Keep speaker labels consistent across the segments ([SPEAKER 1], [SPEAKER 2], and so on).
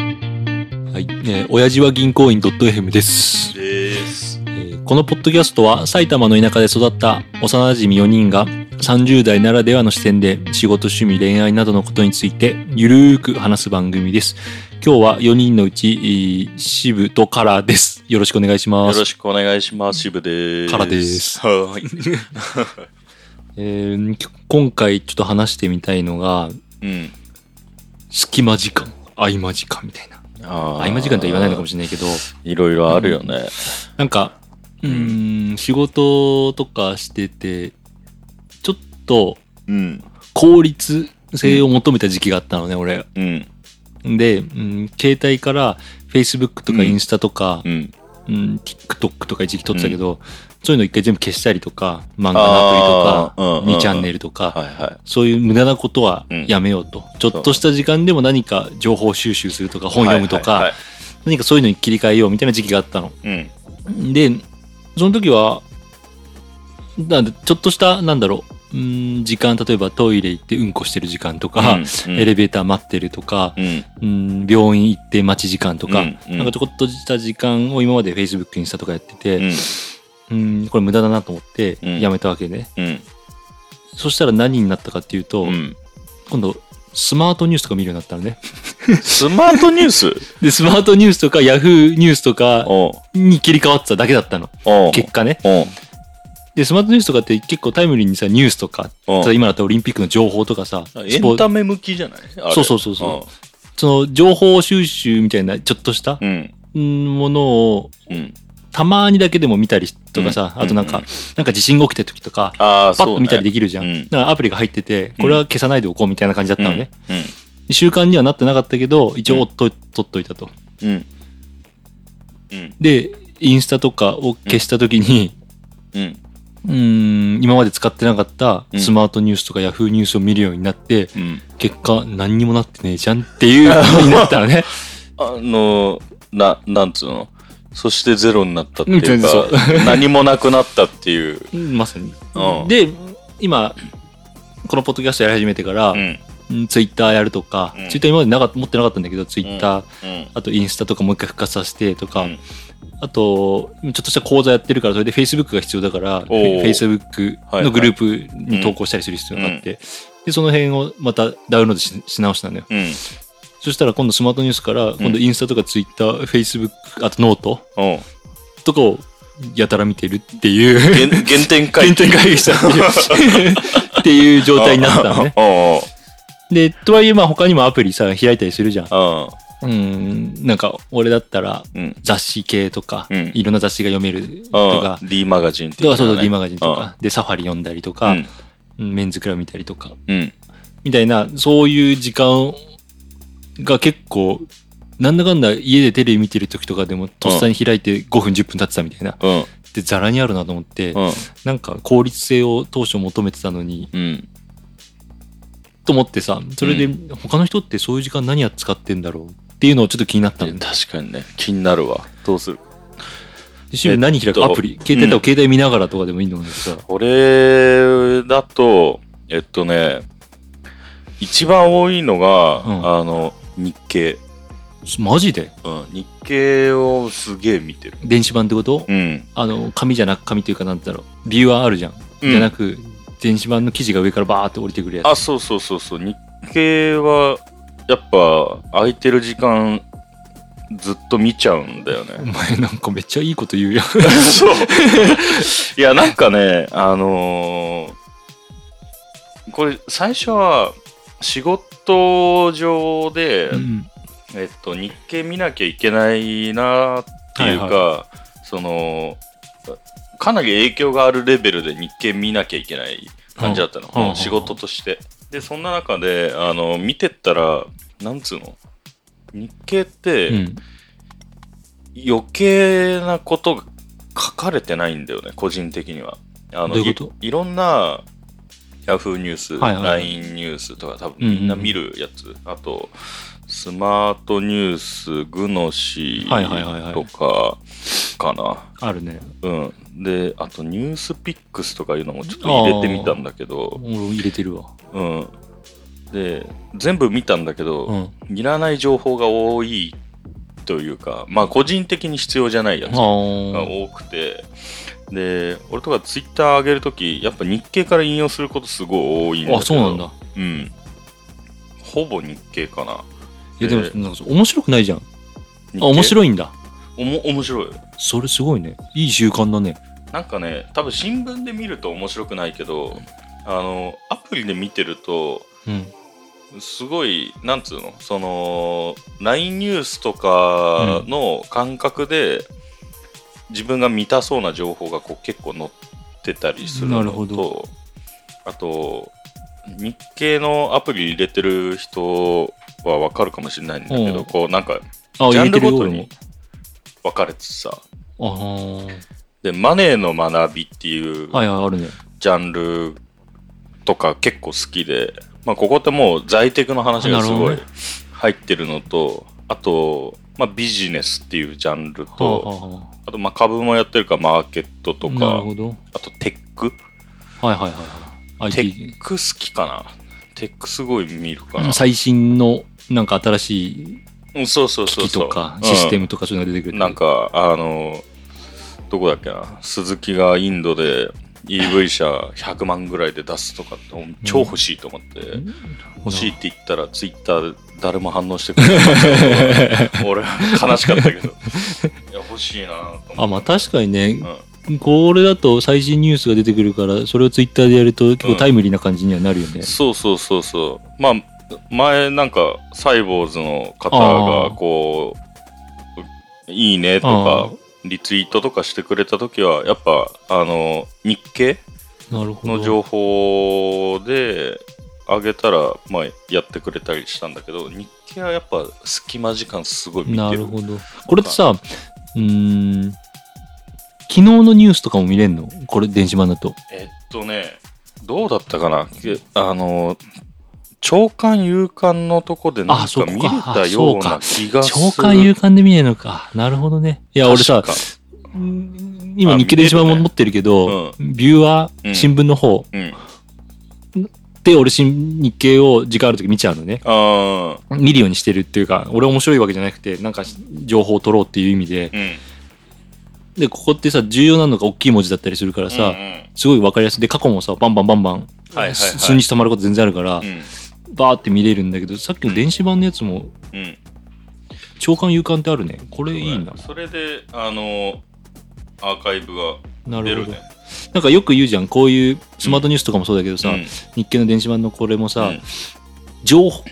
[SPEAKER 1] はい、えー、親父は銀行員 .fm です、
[SPEAKER 2] です
[SPEAKER 1] え。ーこのポッドキャストは埼玉の田舎で育った幼馴染4人が30代ならではの視点で仕事、趣味、恋愛などのことについてゆるーく話す番組です。今日は4人のうち、えーシブとカラーです。よろしくお願いしま
[SPEAKER 2] よ
[SPEAKER 1] す
[SPEAKER 2] ろ。しくお願いします。渋です。
[SPEAKER 1] からです
[SPEAKER 2] はい。
[SPEAKER 1] えーき今回ちょっと話してみたいのが、
[SPEAKER 2] うん。
[SPEAKER 1] 隙間時間、合間時間みたいな。
[SPEAKER 2] あ
[SPEAKER 1] 合間時間とは言わないのかも
[SPEAKER 2] し
[SPEAKER 1] しれないけど、
[SPEAKER 2] れない。いろいろあるよね。
[SPEAKER 1] なんか、うーん、仕事とかしてて、ちょっと
[SPEAKER 2] うん。
[SPEAKER 1] 効率性を求めた時期があったのね、俺。
[SPEAKER 2] うん。
[SPEAKER 1] で、うん、携帯から Facebook とか
[SPEAKER 2] うん
[SPEAKER 1] インスタとか
[SPEAKER 2] う、ん。
[SPEAKER 1] うん TikTok とか一時期撮ってたけど、そういうの一回全部消したりとか、漫画のアプリ
[SPEAKER 2] あ
[SPEAKER 1] と
[SPEAKER 2] ーうん
[SPEAKER 1] か、2チャンネルとか、
[SPEAKER 2] はいは
[SPEAKER 1] そういう無駄なことはやめようと、ちょっとした時間でも何か情報収集するとか
[SPEAKER 2] い。
[SPEAKER 1] 本読むとか、
[SPEAKER 2] はいはいは
[SPEAKER 1] 何かそういうのに切り替えようみたいな時期があったの。
[SPEAKER 2] いうん。
[SPEAKER 1] で、その時は、なんでちょっとした、なんだろう、うーん時間、例えばトイレ行ってうんこしてる時間とか、
[SPEAKER 2] うん、
[SPEAKER 1] エレベーター待ってるとか、
[SPEAKER 2] うん。
[SPEAKER 1] うん、病院行って待ち時間とか、
[SPEAKER 2] うんうん
[SPEAKER 1] なんかちょこっとした時間を今まで Facebook にしたとかやって
[SPEAKER 2] う
[SPEAKER 1] て、
[SPEAKER 2] ん。
[SPEAKER 1] うん、これ無駄だなと思って
[SPEAKER 2] うん
[SPEAKER 1] やめたわけで、
[SPEAKER 2] うん。
[SPEAKER 1] そしたら何になったかっていうと、
[SPEAKER 2] うん。
[SPEAKER 1] 今度、スマートニュースとか見るようになったのね。
[SPEAKER 2] スマートニ ュース
[SPEAKER 1] で、スマートニュースとか Yahoo ニュースとか
[SPEAKER 2] おう
[SPEAKER 1] に切り替わってただけだったの。
[SPEAKER 2] おう
[SPEAKER 1] 結果ね。
[SPEAKER 2] おう
[SPEAKER 1] で、スマートニュースとかって結構タイムリーにさ、ニュースとか、
[SPEAKER 2] おう
[SPEAKER 1] さ今だったらオリンピックの情報とかさ、
[SPEAKER 2] エ
[SPEAKER 1] ポ
[SPEAKER 2] ンタメ向きじゃないあれ
[SPEAKER 1] そうそうそうそその情報収集みたいな、ちょっとした
[SPEAKER 2] う。うん。
[SPEAKER 1] うんものを、
[SPEAKER 2] うん。
[SPEAKER 1] たまにだけでも見たりとかさ、
[SPEAKER 2] うん
[SPEAKER 1] あとなんか、
[SPEAKER 2] うん
[SPEAKER 1] なんか地震が起きた時とか、
[SPEAKER 2] ああ、
[SPEAKER 1] パッ
[SPEAKER 2] そ
[SPEAKER 1] と
[SPEAKER 2] う、ね。
[SPEAKER 1] 見たりできるじゃん。
[SPEAKER 2] うん
[SPEAKER 1] だからアプリが入ってて、これは消さないでおこうみたいな感じだったのね。
[SPEAKER 2] う
[SPEAKER 1] 習慣にはなってなかったけど、一応と、取っといたと。
[SPEAKER 2] ん。うん。うん。
[SPEAKER 1] で、インスタとかを消した時に、
[SPEAKER 2] うん。
[SPEAKER 1] うーん今まで使ってなかったスマートニュースとかヤフーニュースを見るようになって、
[SPEAKER 2] うん。
[SPEAKER 1] 結果何にもなってねえじゃんっていう風になったのね。
[SPEAKER 2] あの、な、なんつうのそしてゼロになったって
[SPEAKER 1] うん
[SPEAKER 2] い
[SPEAKER 1] 全然
[SPEAKER 2] うか
[SPEAKER 1] そう、
[SPEAKER 2] 何もなくなったっていう。
[SPEAKER 1] まさに
[SPEAKER 2] う。ん
[SPEAKER 1] で、今、このポッドキャストやり始めてから
[SPEAKER 2] う、ん。
[SPEAKER 1] ツイッターやるとか、
[SPEAKER 2] うん
[SPEAKER 1] ツイッター今までなか持ってなかったんだけど、ツイッター、
[SPEAKER 2] うん。
[SPEAKER 1] あとインスタとかもう一回復活させてとか、
[SPEAKER 2] うん
[SPEAKER 1] あと、ちょっとした講座やってるから、それで Facebook が必要だから、フ
[SPEAKER 2] おー
[SPEAKER 1] ェイスブックのグループに投稿したりする必要があって、で、その辺をまたダウンロードしし直したのよ。
[SPEAKER 2] うん。
[SPEAKER 1] そしたら今度スマートニュースから、今度インスタとかツイッター、フェイスブック、あとノート
[SPEAKER 2] おう
[SPEAKER 1] とかをやたら見てるっていう、
[SPEAKER 2] 原原点
[SPEAKER 1] 原
[SPEAKER 2] 回帰。
[SPEAKER 1] 点回帰したっていうっていう状態になったのね。
[SPEAKER 2] おう
[SPEAKER 1] で、とはいえまあ他にもアプリさ、開いたりするじゃん。
[SPEAKER 2] おう
[SPEAKER 1] うん、なんか俺だったら
[SPEAKER 2] うん。うん。
[SPEAKER 1] 雑誌系とか、
[SPEAKER 2] うん
[SPEAKER 1] いろんな雑誌が読めると
[SPEAKER 2] あ
[SPEAKER 1] か
[SPEAKER 2] あ、、D マガジンって
[SPEAKER 1] だ
[SPEAKER 2] い
[SPEAKER 1] からそ
[SPEAKER 2] のね。
[SPEAKER 1] うそう、D マガジンと
[SPEAKER 2] あ
[SPEAKER 1] か、で、サファリ読んだりと
[SPEAKER 2] あ。
[SPEAKER 1] か
[SPEAKER 2] う、ん。
[SPEAKER 1] うんメンズクラブ見たりとか、
[SPEAKER 2] うん。
[SPEAKER 1] みたいな、そういう時間が結構、なんだかんだ家でテレビ見てる時とかでも、とっさに開いて5分、10分経ってたみたいな。
[SPEAKER 2] うん。
[SPEAKER 1] で、ザラにあるなと思って、
[SPEAKER 2] うん。
[SPEAKER 1] なんか効率性を当初求めてたのに、
[SPEAKER 2] うん。
[SPEAKER 1] と思ってさ、それで他の人ってそういう時間何やって使ってんだろうっていうのをちょっと気になったのね。
[SPEAKER 2] 確かにね、気になるわ。どうする
[SPEAKER 1] で趣味何開
[SPEAKER 2] えっ
[SPEAKER 1] く
[SPEAKER 2] と
[SPEAKER 1] アプリ携帯とか携帯見ながらとかでもいいのにさ。
[SPEAKER 2] 俺だと、えっとね、一番多いのが、
[SPEAKER 1] うん
[SPEAKER 2] あの、日経。
[SPEAKER 1] マジで
[SPEAKER 2] うん。日経をすげえ見てる。
[SPEAKER 1] 電子版ってこと
[SPEAKER 2] うん。
[SPEAKER 1] あの紙じゃなく紙というかなんだろうビューアーあるじゃん、
[SPEAKER 2] うん
[SPEAKER 1] じゃなく電子版の記事が上からバーって降りてくるや
[SPEAKER 2] あそうそうそうそう日経はやっぱ空いてる時間ずっと見ちゃうんだよ
[SPEAKER 1] つお
[SPEAKER 2] ね
[SPEAKER 1] 前なんかめっちゃいいこと言うやん
[SPEAKER 2] そう いやなんかねあのーこれ最初は仕事上で、
[SPEAKER 1] うん
[SPEAKER 2] えっと、日経見なきゃいけないなっていうか、
[SPEAKER 1] はい
[SPEAKER 2] そのかなり影響があるレベルで日経見なきゃいけない感じだったの、
[SPEAKER 1] うんうん
[SPEAKER 2] 仕事として。でそんな中であの見てったらなんつうの日経って余計なことが書かれてないんだよね個人的には。あの
[SPEAKER 1] どういうこと
[SPEAKER 2] いいろんな Yahoo ニュース、
[SPEAKER 1] はいはいはい
[SPEAKER 2] LINE ニュースとか多分
[SPEAKER 1] うんうんうん
[SPEAKER 2] みんな見るやつ、あとスマートニュースグノシ
[SPEAKER 1] はいはいはいはい
[SPEAKER 2] ーとかかな、
[SPEAKER 1] あるね
[SPEAKER 2] うんであとニュースピックスとかいうのもちょっと入れてみたんだけど、
[SPEAKER 1] 俺入れてるわ
[SPEAKER 2] うん、で全部見たんだけど、
[SPEAKER 1] うん
[SPEAKER 2] いらない情報が多いというか、まあ個人的に必要じゃないやつ
[SPEAKER 1] あ
[SPEAKER 2] が
[SPEAKER 1] ー
[SPEAKER 2] 多くて、で、俺とかツイッター上げるとき、やっぱ日経から引用することすごい多いんだけど。
[SPEAKER 1] あ、そうなんだ。。
[SPEAKER 2] うん。ほぼ日経かな。
[SPEAKER 1] いや、でも、
[SPEAKER 2] えー
[SPEAKER 1] なんか面白くないじゃん。
[SPEAKER 2] 日
[SPEAKER 1] あ、
[SPEAKER 2] 経
[SPEAKER 1] 面白いんだ。
[SPEAKER 2] おも面白い。
[SPEAKER 1] それすごいね。いい習慣だね。
[SPEAKER 2] なんかね、多分新聞で見ると面白くないけど、あの、アプリで見てると、
[SPEAKER 1] うん。
[SPEAKER 2] すごい、なんつうの、その、LINE ニュースとかの感覚で、自分が見たそうな情報がこう結構載ってたりする
[SPEAKER 1] な
[SPEAKER 2] の
[SPEAKER 1] るほど
[SPEAKER 2] と、あと、日経のアプリ入れてる人はわかるかもしれないんだけ
[SPEAKER 1] うん
[SPEAKER 2] ど、こうなんか、
[SPEAKER 1] あ、
[SPEAKER 2] ジャンルごと
[SPEAKER 1] 俺
[SPEAKER 2] に分かれてさ、
[SPEAKER 1] も。あ
[SPEAKER 2] で、マネーの学びっていう
[SPEAKER 1] あ。はいはい、あるね。
[SPEAKER 2] ジャンルとか結構好きで、まあ、ここってもう在宅の話がす
[SPEAKER 1] あな
[SPEAKER 2] ご
[SPEAKER 1] る
[SPEAKER 2] い
[SPEAKER 1] ほ
[SPEAKER 2] 入ってるのと、あと、まあ、ビジネスっていうジャンル
[SPEAKER 1] はあ
[SPEAKER 2] と、
[SPEAKER 1] はあは
[SPEAKER 2] あとまあ株もやってるからマーケットと
[SPEAKER 1] あなる
[SPEAKER 2] か、
[SPEAKER 1] ほど。
[SPEAKER 2] あとテック
[SPEAKER 1] はいはいはいはい。
[SPEAKER 2] テ
[SPEAKER 1] IT
[SPEAKER 2] ック好きかなテックすごい見るかな。
[SPEAKER 1] 最新の、なんか新しい
[SPEAKER 2] うん、そうそうそう
[SPEAKER 1] 機器
[SPEAKER 2] そ
[SPEAKER 1] と
[SPEAKER 2] う。
[SPEAKER 1] か、システ
[SPEAKER 2] ム、
[SPEAKER 1] ムとかそういうのが出てくる。
[SPEAKER 2] なん。か、あの、どこだっけな、鈴木がインドで EV 車100万ぐらいで出すとかって、超欲しいと思って。
[SPEAKER 1] ほら
[SPEAKER 2] 欲しいって言ったらツイッター誰も反応してくれなかった 俺は悲しかったけど いや欲しいなと
[SPEAKER 1] あ、
[SPEAKER 2] 思
[SPEAKER 1] まあ
[SPEAKER 2] って
[SPEAKER 1] 確かにね、
[SPEAKER 2] うん
[SPEAKER 1] これだと最新ニュースが出てくるから、それをツイッターでやると結構タイムリーな感じにはなるよね。
[SPEAKER 2] そうそうそうそうまあ前なんかサイボーズの方
[SPEAKER 1] あ
[SPEAKER 2] が
[SPEAKER 1] ー
[SPEAKER 2] こういいね
[SPEAKER 1] あ
[SPEAKER 2] とかリツイートとかしてくれた時はやっぱあの日経
[SPEAKER 1] なるほど。
[SPEAKER 2] の情報であげたら、まあ、やってくれたりしたんだけど日経はやっぱ隙間時間すごい見てる
[SPEAKER 1] なるほど。これってさ、うーん、昨日のニュースとかも見れんのこれ、電子版だと。
[SPEAKER 2] えっとね、どうだったかな、けあの、長官有刊のとこでな
[SPEAKER 1] あ
[SPEAKER 2] ん
[SPEAKER 1] そ
[SPEAKER 2] か
[SPEAKER 1] こか
[SPEAKER 2] 見れ
[SPEAKER 1] あ
[SPEAKER 2] たよう
[SPEAKER 1] そうか
[SPEAKER 2] な気がする。
[SPEAKER 1] 長官有感で見れんのか。なるほどね。いや、俺さ
[SPEAKER 2] 確、か
[SPEAKER 1] うん今日経電子版も持ってるけど、ビューは
[SPEAKER 2] うん
[SPEAKER 1] 新聞の方
[SPEAKER 2] うん。
[SPEAKER 1] で俺新日経を時間ある時見ちゃうのね。
[SPEAKER 2] ああ、
[SPEAKER 1] 見るようにしてるっていうか、俺面白いわけじゃなくて、なんか情報を取ろうっていう意味で。
[SPEAKER 2] うん。
[SPEAKER 1] で、ここってさ、重要なのが大きい文字だったりするから
[SPEAKER 2] うん
[SPEAKER 1] さ、すごいわかりやすい。で、過去もさ、バンバンバンバン、
[SPEAKER 2] はいはいはい
[SPEAKER 1] す数日溜まること全然あるから
[SPEAKER 2] う、ん。
[SPEAKER 1] バーって見れるんだけど、さっきの電子版のやつも、
[SPEAKER 2] うん。
[SPEAKER 1] 長官有感ってあるね。こ
[SPEAKER 2] う
[SPEAKER 1] れ
[SPEAKER 2] ん
[SPEAKER 1] いいな。
[SPEAKER 2] それで、あの、アーカイブが
[SPEAKER 1] な
[SPEAKER 2] 出
[SPEAKER 1] る
[SPEAKER 2] る
[SPEAKER 1] ほど
[SPEAKER 2] ね。。
[SPEAKER 1] なんかよく言うじゃん。こういうスマートニュースとかもそうだけどさ、
[SPEAKER 2] うん
[SPEAKER 1] 日経の電子版のこれもさ、
[SPEAKER 2] うん
[SPEAKER 1] 情報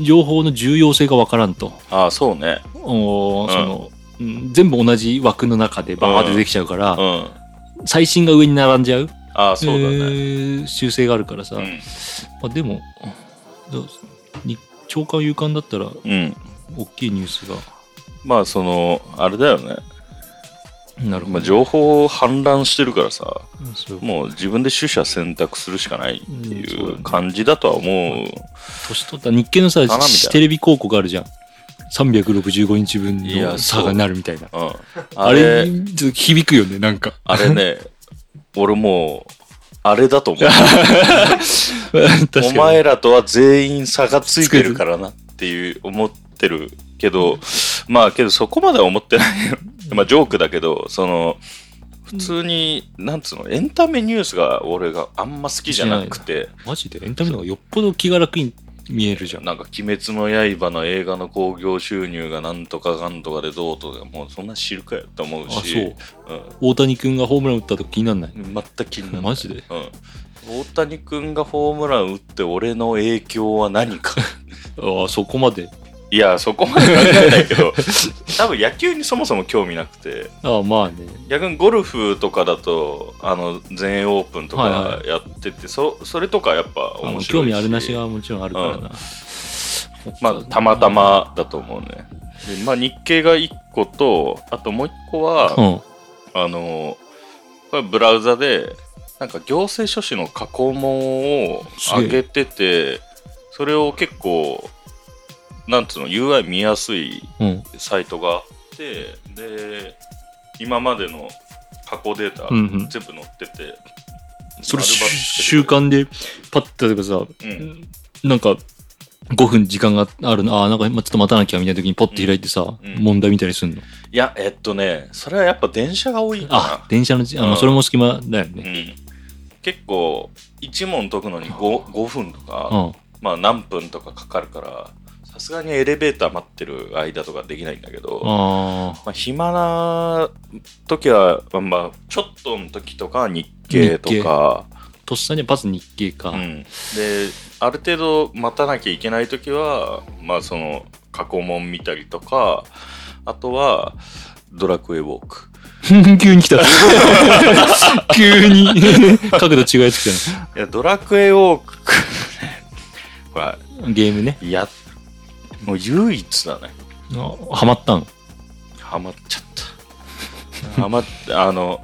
[SPEAKER 1] 情報の重要性がわからんと。
[SPEAKER 2] ああ、そうね。
[SPEAKER 1] おー
[SPEAKER 2] うん
[SPEAKER 1] そのうん全部同じ枠の中でバーって出てきちゃうから、
[SPEAKER 2] うん。
[SPEAKER 1] 最新が上に並んじゃう、
[SPEAKER 2] ああ、そうだ
[SPEAKER 1] え
[SPEAKER 2] ね。
[SPEAKER 1] ー修正があるからさ、
[SPEAKER 2] うん
[SPEAKER 1] まあ、でもどうに長官有感だったら
[SPEAKER 2] うん。
[SPEAKER 1] 大きいニュースが
[SPEAKER 2] まあ、その、あれだよね。
[SPEAKER 1] なるほど、
[SPEAKER 2] まあ、情報氾濫してるからさ。
[SPEAKER 1] うんそう
[SPEAKER 2] もう自分で取捨選択するしかないって
[SPEAKER 1] うんそう
[SPEAKER 2] い
[SPEAKER 1] だね
[SPEAKER 2] う感じだとは思う。
[SPEAKER 1] 年取った日経のさ
[SPEAKER 2] 花みたいな
[SPEAKER 1] テレビ広告あるじゃん365日分
[SPEAKER 2] い
[SPEAKER 1] の
[SPEAKER 2] や
[SPEAKER 1] 差がなるみたいな
[SPEAKER 2] うん、
[SPEAKER 1] あ
[SPEAKER 2] あ
[SPEAKER 1] れ
[SPEAKER 2] れ、
[SPEAKER 1] ちょっと響くよねなんか
[SPEAKER 2] あれね、俺もう、あれだと思 う。
[SPEAKER 1] 確かに
[SPEAKER 2] お前らとは全員差がついてるからなっていう思ってるけど、まあけどそこまでは思ってないよ。まあジョークだけど、その、普通に、なんつうの、エンタメニュースが俺があんま好きじゃなくて、
[SPEAKER 1] マジでエンタメの方がよっぽど気が楽に見えるじゃん
[SPEAKER 2] なんか「鬼滅の刃」の映画の興行収入がなんとかかんとかでどうとかもうそんな知るかよって思う
[SPEAKER 1] あそ
[SPEAKER 2] し
[SPEAKER 1] う大谷君がホームラン打ったと気になんない
[SPEAKER 2] うん、全く気にならない
[SPEAKER 1] マジで
[SPEAKER 2] うん、大谷君がホームラン打って俺の影響は何か
[SPEAKER 1] ああそこまで
[SPEAKER 2] いやそこまで考えないけ ど多分野球にそもそも興味なくて
[SPEAKER 1] ああまあね
[SPEAKER 2] 逆にゴルフとかだとあの全英オープンと
[SPEAKER 1] はい
[SPEAKER 2] か
[SPEAKER 1] は
[SPEAKER 2] やってて、そそれとかやっぱ
[SPEAKER 1] あの
[SPEAKER 2] 面白い
[SPEAKER 1] 興
[SPEAKER 2] し
[SPEAKER 1] 味あるなしがもちろんあるからな、
[SPEAKER 2] まあ、たまたまだと思うね。でまあ、日経が1個と、あともう1個は、
[SPEAKER 1] うん
[SPEAKER 2] あの、これブラウザで、なんか行政書士の加工問を上げてて、それを結構、なんつうの、UI 見やすい
[SPEAKER 1] うん
[SPEAKER 2] サイトがあって、で、今までの加工データ、
[SPEAKER 1] うんうん
[SPEAKER 2] 全部載ってて、
[SPEAKER 1] それ
[SPEAKER 2] 丸抜きして
[SPEAKER 1] 習
[SPEAKER 2] くれ
[SPEAKER 1] 慣
[SPEAKER 2] る
[SPEAKER 1] でパッて例えばさ、
[SPEAKER 2] うん
[SPEAKER 1] なんか5分時間があるな、あーなんか今ちょっと待たなきゃみたいな時にポッて開いてさ、
[SPEAKER 2] うん
[SPEAKER 1] 問題見たりすんの。
[SPEAKER 2] いや、えっとね、それはやっぱ電車が多い
[SPEAKER 1] あ
[SPEAKER 2] か、
[SPEAKER 1] 電車のじ、あ
[SPEAKER 2] う
[SPEAKER 1] の、
[SPEAKER 2] ん
[SPEAKER 1] それも隙間だよ
[SPEAKER 2] な。う
[SPEAKER 1] ね。
[SPEAKER 2] ん、結構、1問解くのに 5, 5分とか、
[SPEAKER 1] うん。
[SPEAKER 2] まあ何分とかかかるから、さすがにエレベーター待ってる間とかできないんだけど、
[SPEAKER 1] ああ。
[SPEAKER 2] まあ、暇な時は、まあまあ、ちょっとの時とか日経とか、
[SPEAKER 1] とっさにパス日経か。
[SPEAKER 2] うん、である程度待たなきゃいけない時は、まあ、その過去問見たりとかあとはドラクエウォーク
[SPEAKER 1] 急に来た。急に。角度違いつき
[SPEAKER 2] いやドラクエウォーク これ
[SPEAKER 1] たね。ゲームね。
[SPEAKER 2] いやもう唯一だね
[SPEAKER 1] あハマったん。
[SPEAKER 2] ハマっちゃった ハマっあの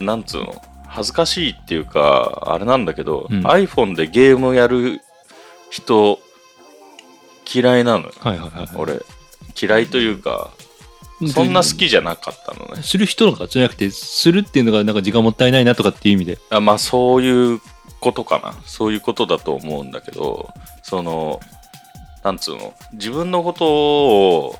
[SPEAKER 2] んなんつうの恥ずかしいっていうかあれなんだけど、
[SPEAKER 1] うん
[SPEAKER 2] iPhone でゲームやる人嫌いなのよ
[SPEAKER 1] はいはいはい。
[SPEAKER 2] 俺嫌いというかそんな好きじゃなかったのね。
[SPEAKER 1] する人とかじゃなくて、するっていうのがなんか時間もったいないなとかっていう意味で。
[SPEAKER 2] あまあそういうことかな。そういうことだと思うんだけど、その、なんつうの、自分のことを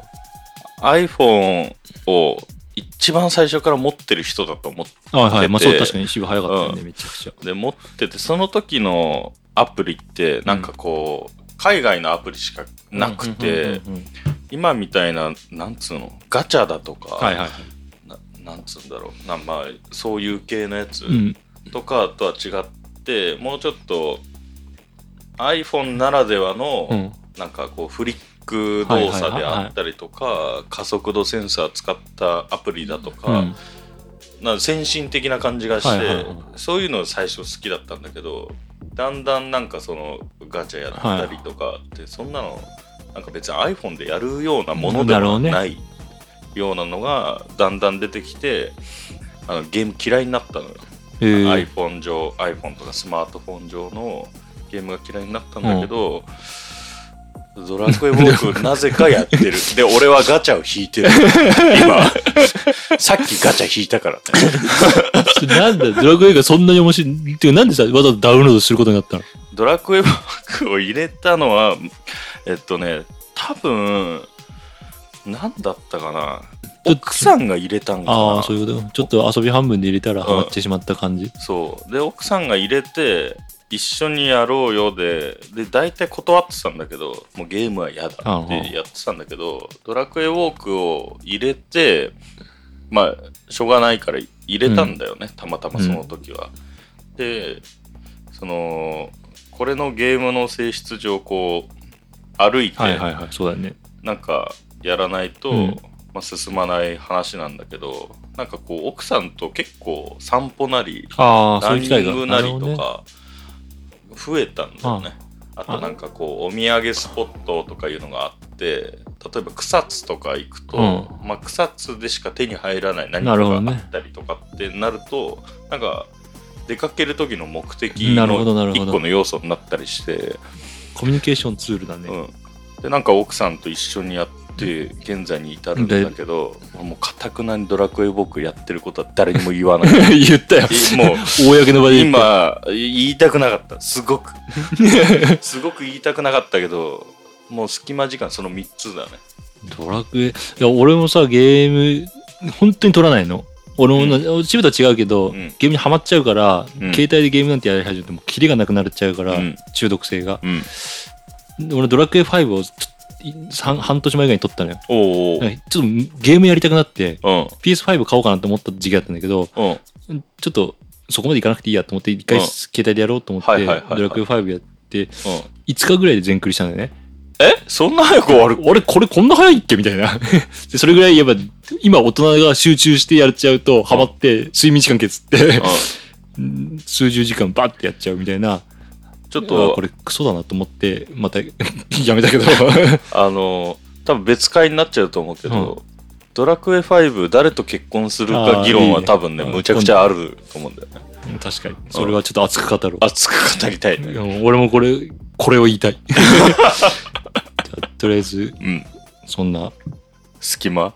[SPEAKER 2] iPhone を一番最初から持ってる人だと思っ
[SPEAKER 1] はいはい。まあそう、
[SPEAKER 2] 出て
[SPEAKER 1] 確かに渋早かったよね、
[SPEAKER 2] う
[SPEAKER 1] めちゃくちゃ。
[SPEAKER 2] て、持ってて、その時のアプリって、なんかこう、海外のアプリしかなくて、
[SPEAKER 1] うんうんうん
[SPEAKER 2] 今みたいな、なんつうの、ガチャだとか、
[SPEAKER 1] うん、はいはい。
[SPEAKER 2] ななんつうんだろうな、まあ、そういう系のやつ、
[SPEAKER 1] うん。
[SPEAKER 2] とかとは違ってもうちょっと iPhone ならではの、
[SPEAKER 1] うん。
[SPEAKER 2] なんかこうフリック動作であったりとか、加速度センサー使ったアプリだとか,、
[SPEAKER 1] うん
[SPEAKER 2] なんか先進的な感じがして、
[SPEAKER 1] はいはいはい
[SPEAKER 2] そういうの最初好きだったんだけどだんだんなんかそのガチャやったりとかって、そんなのなんか別に iPhone でやるようなもので
[SPEAKER 1] なるほど
[SPEAKER 2] は
[SPEAKER 1] ね
[SPEAKER 2] ないようなのがだんだん出てきてあのゲーム嫌いになったのよ。
[SPEAKER 1] えー
[SPEAKER 2] iPhone 上 iPhone とかスマートフォン上のゲームが嫌いになったんだけど、ドラクエウォークなぜかやってるで俺はガチャを引いてる今さっきガチャ引いたからね
[SPEAKER 1] それなんだ、ドラクエがそんなに面白い。っていうか、なんでさ、わざわざダウンロードすることになったの
[SPEAKER 2] ドラクエウォークを入れたのはえっとね多分何だったかな
[SPEAKER 1] ちょっと
[SPEAKER 2] 奥さんが入れたんかな
[SPEAKER 1] ああ、そういうこと。ちょっと遊び半分で入れたらハマってしまった感じ。
[SPEAKER 2] そうで奥さんが入れて一緒にやろうよでで大体断ってたんだけどもうゲームは嫌だってやってたんだけどドラクエウォークを入れてまあしょうがないから入れたんだよね、たまたまその時は、でそのこれのゲームの性質上こう歩いて、
[SPEAKER 1] はいはいはい、そうだよね。
[SPEAKER 2] なんかやらないと、
[SPEAKER 1] うん
[SPEAKER 2] まあ、進まない話なんだけどなんかこう奥さんと結構散歩なり
[SPEAKER 1] ああ、
[SPEAKER 2] ラ
[SPEAKER 1] そうい
[SPEAKER 2] ン
[SPEAKER 1] う
[SPEAKER 2] ニ
[SPEAKER 1] 機会が。
[SPEAKER 2] ングなり
[SPEAKER 1] る
[SPEAKER 2] と
[SPEAKER 1] ほ
[SPEAKER 2] か増えたんだよね。あとなんかこうお土産スポットとかいうのがあって例えば草津とか行くと、まあ、草津でしか手に入らない何か
[SPEAKER 1] なるほど
[SPEAKER 2] が
[SPEAKER 1] ね
[SPEAKER 2] あったりとかってなるとなんか出かける時の目的
[SPEAKER 1] なるほどなる
[SPEAKER 2] の
[SPEAKER 1] ほど
[SPEAKER 2] 一個の要素になったりして、
[SPEAKER 1] どねコミュニケーションツールだね。
[SPEAKER 2] うん、でなんか奥さんと一緒にやって現在に至るんだけどもうかたくなに「ドラクエ僕やってることは誰にも言わない
[SPEAKER 1] 言ったよ。
[SPEAKER 2] えもう
[SPEAKER 1] 公の場で言った。
[SPEAKER 2] 今言いたくなかったすご くすごく言いたくなかったけどもう隙間時間その3つだね
[SPEAKER 1] ドラクエ。いや、俺もさ、ゲーム、本当に取らないの。俺もな、チブとは違うけど、
[SPEAKER 2] うん
[SPEAKER 1] ゲームにはまっちゃうから、
[SPEAKER 2] うん
[SPEAKER 1] 携帯でゲームなんてやり始めても、キリがなくなっちゃうから、
[SPEAKER 2] うん
[SPEAKER 1] 中毒性が。
[SPEAKER 2] うん
[SPEAKER 1] 俺、ドラクエ5をちょっとさん半年前ぐらいに取ったのよ。
[SPEAKER 2] お
[SPEAKER 1] なんかちょっとゲームやりたくなって、
[SPEAKER 2] お
[SPEAKER 1] PS5 買おうかなと思った時期だったんだけど、
[SPEAKER 2] うんうん
[SPEAKER 1] ちょっとそこまでいかなくていいやと思って、一回
[SPEAKER 2] うん
[SPEAKER 1] 携帯でやろうと思って、
[SPEAKER 2] はいはいはいはい
[SPEAKER 1] ドラクエ5やって、
[SPEAKER 2] うん
[SPEAKER 1] 5日ぐらいで全クリしたんだよね。
[SPEAKER 2] えそんな早く終わる
[SPEAKER 1] 俺、これこんな早いっけみたいな。でそれぐらい、やっぱ、今大人が集中してやっちゃうと、ハマって、睡眠時間削って、数十時間バッてやっちゃうみたいな、
[SPEAKER 2] ちょっ
[SPEAKER 1] あ
[SPEAKER 2] と
[SPEAKER 1] これクソだなと思って、また やめたけ ど。
[SPEAKER 2] あの多分別会になっちゃうと思うけど、ドラクエ5誰と結婚する
[SPEAKER 1] あ
[SPEAKER 2] か
[SPEAKER 1] ー
[SPEAKER 2] 議論は多分ね
[SPEAKER 1] いいね
[SPEAKER 2] むちゃくちゃあると思うんだよね
[SPEAKER 1] 確かに。それはちょっと熱く語ろう。
[SPEAKER 2] 熱く語りたいね
[SPEAKER 1] うん俺もこれ、これを言いた い。じゃあとりあえず、
[SPEAKER 2] うん
[SPEAKER 1] そんな
[SPEAKER 2] 隙間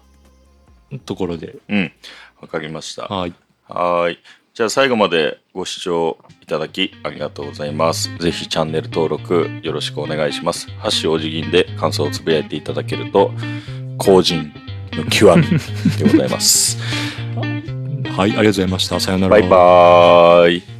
[SPEAKER 1] ところで。
[SPEAKER 2] うんわかりました
[SPEAKER 1] はい。
[SPEAKER 2] はーい。じゃあ最後までご視聴いただきありがとうございます。ぜひチャンネル登録よろしくお願いします。ハッシュお辞儀で感想をつぶやいていただけると、後人の極みでございます。
[SPEAKER 1] はい、ありがとうございました。さようなら。
[SPEAKER 2] バイバーイ。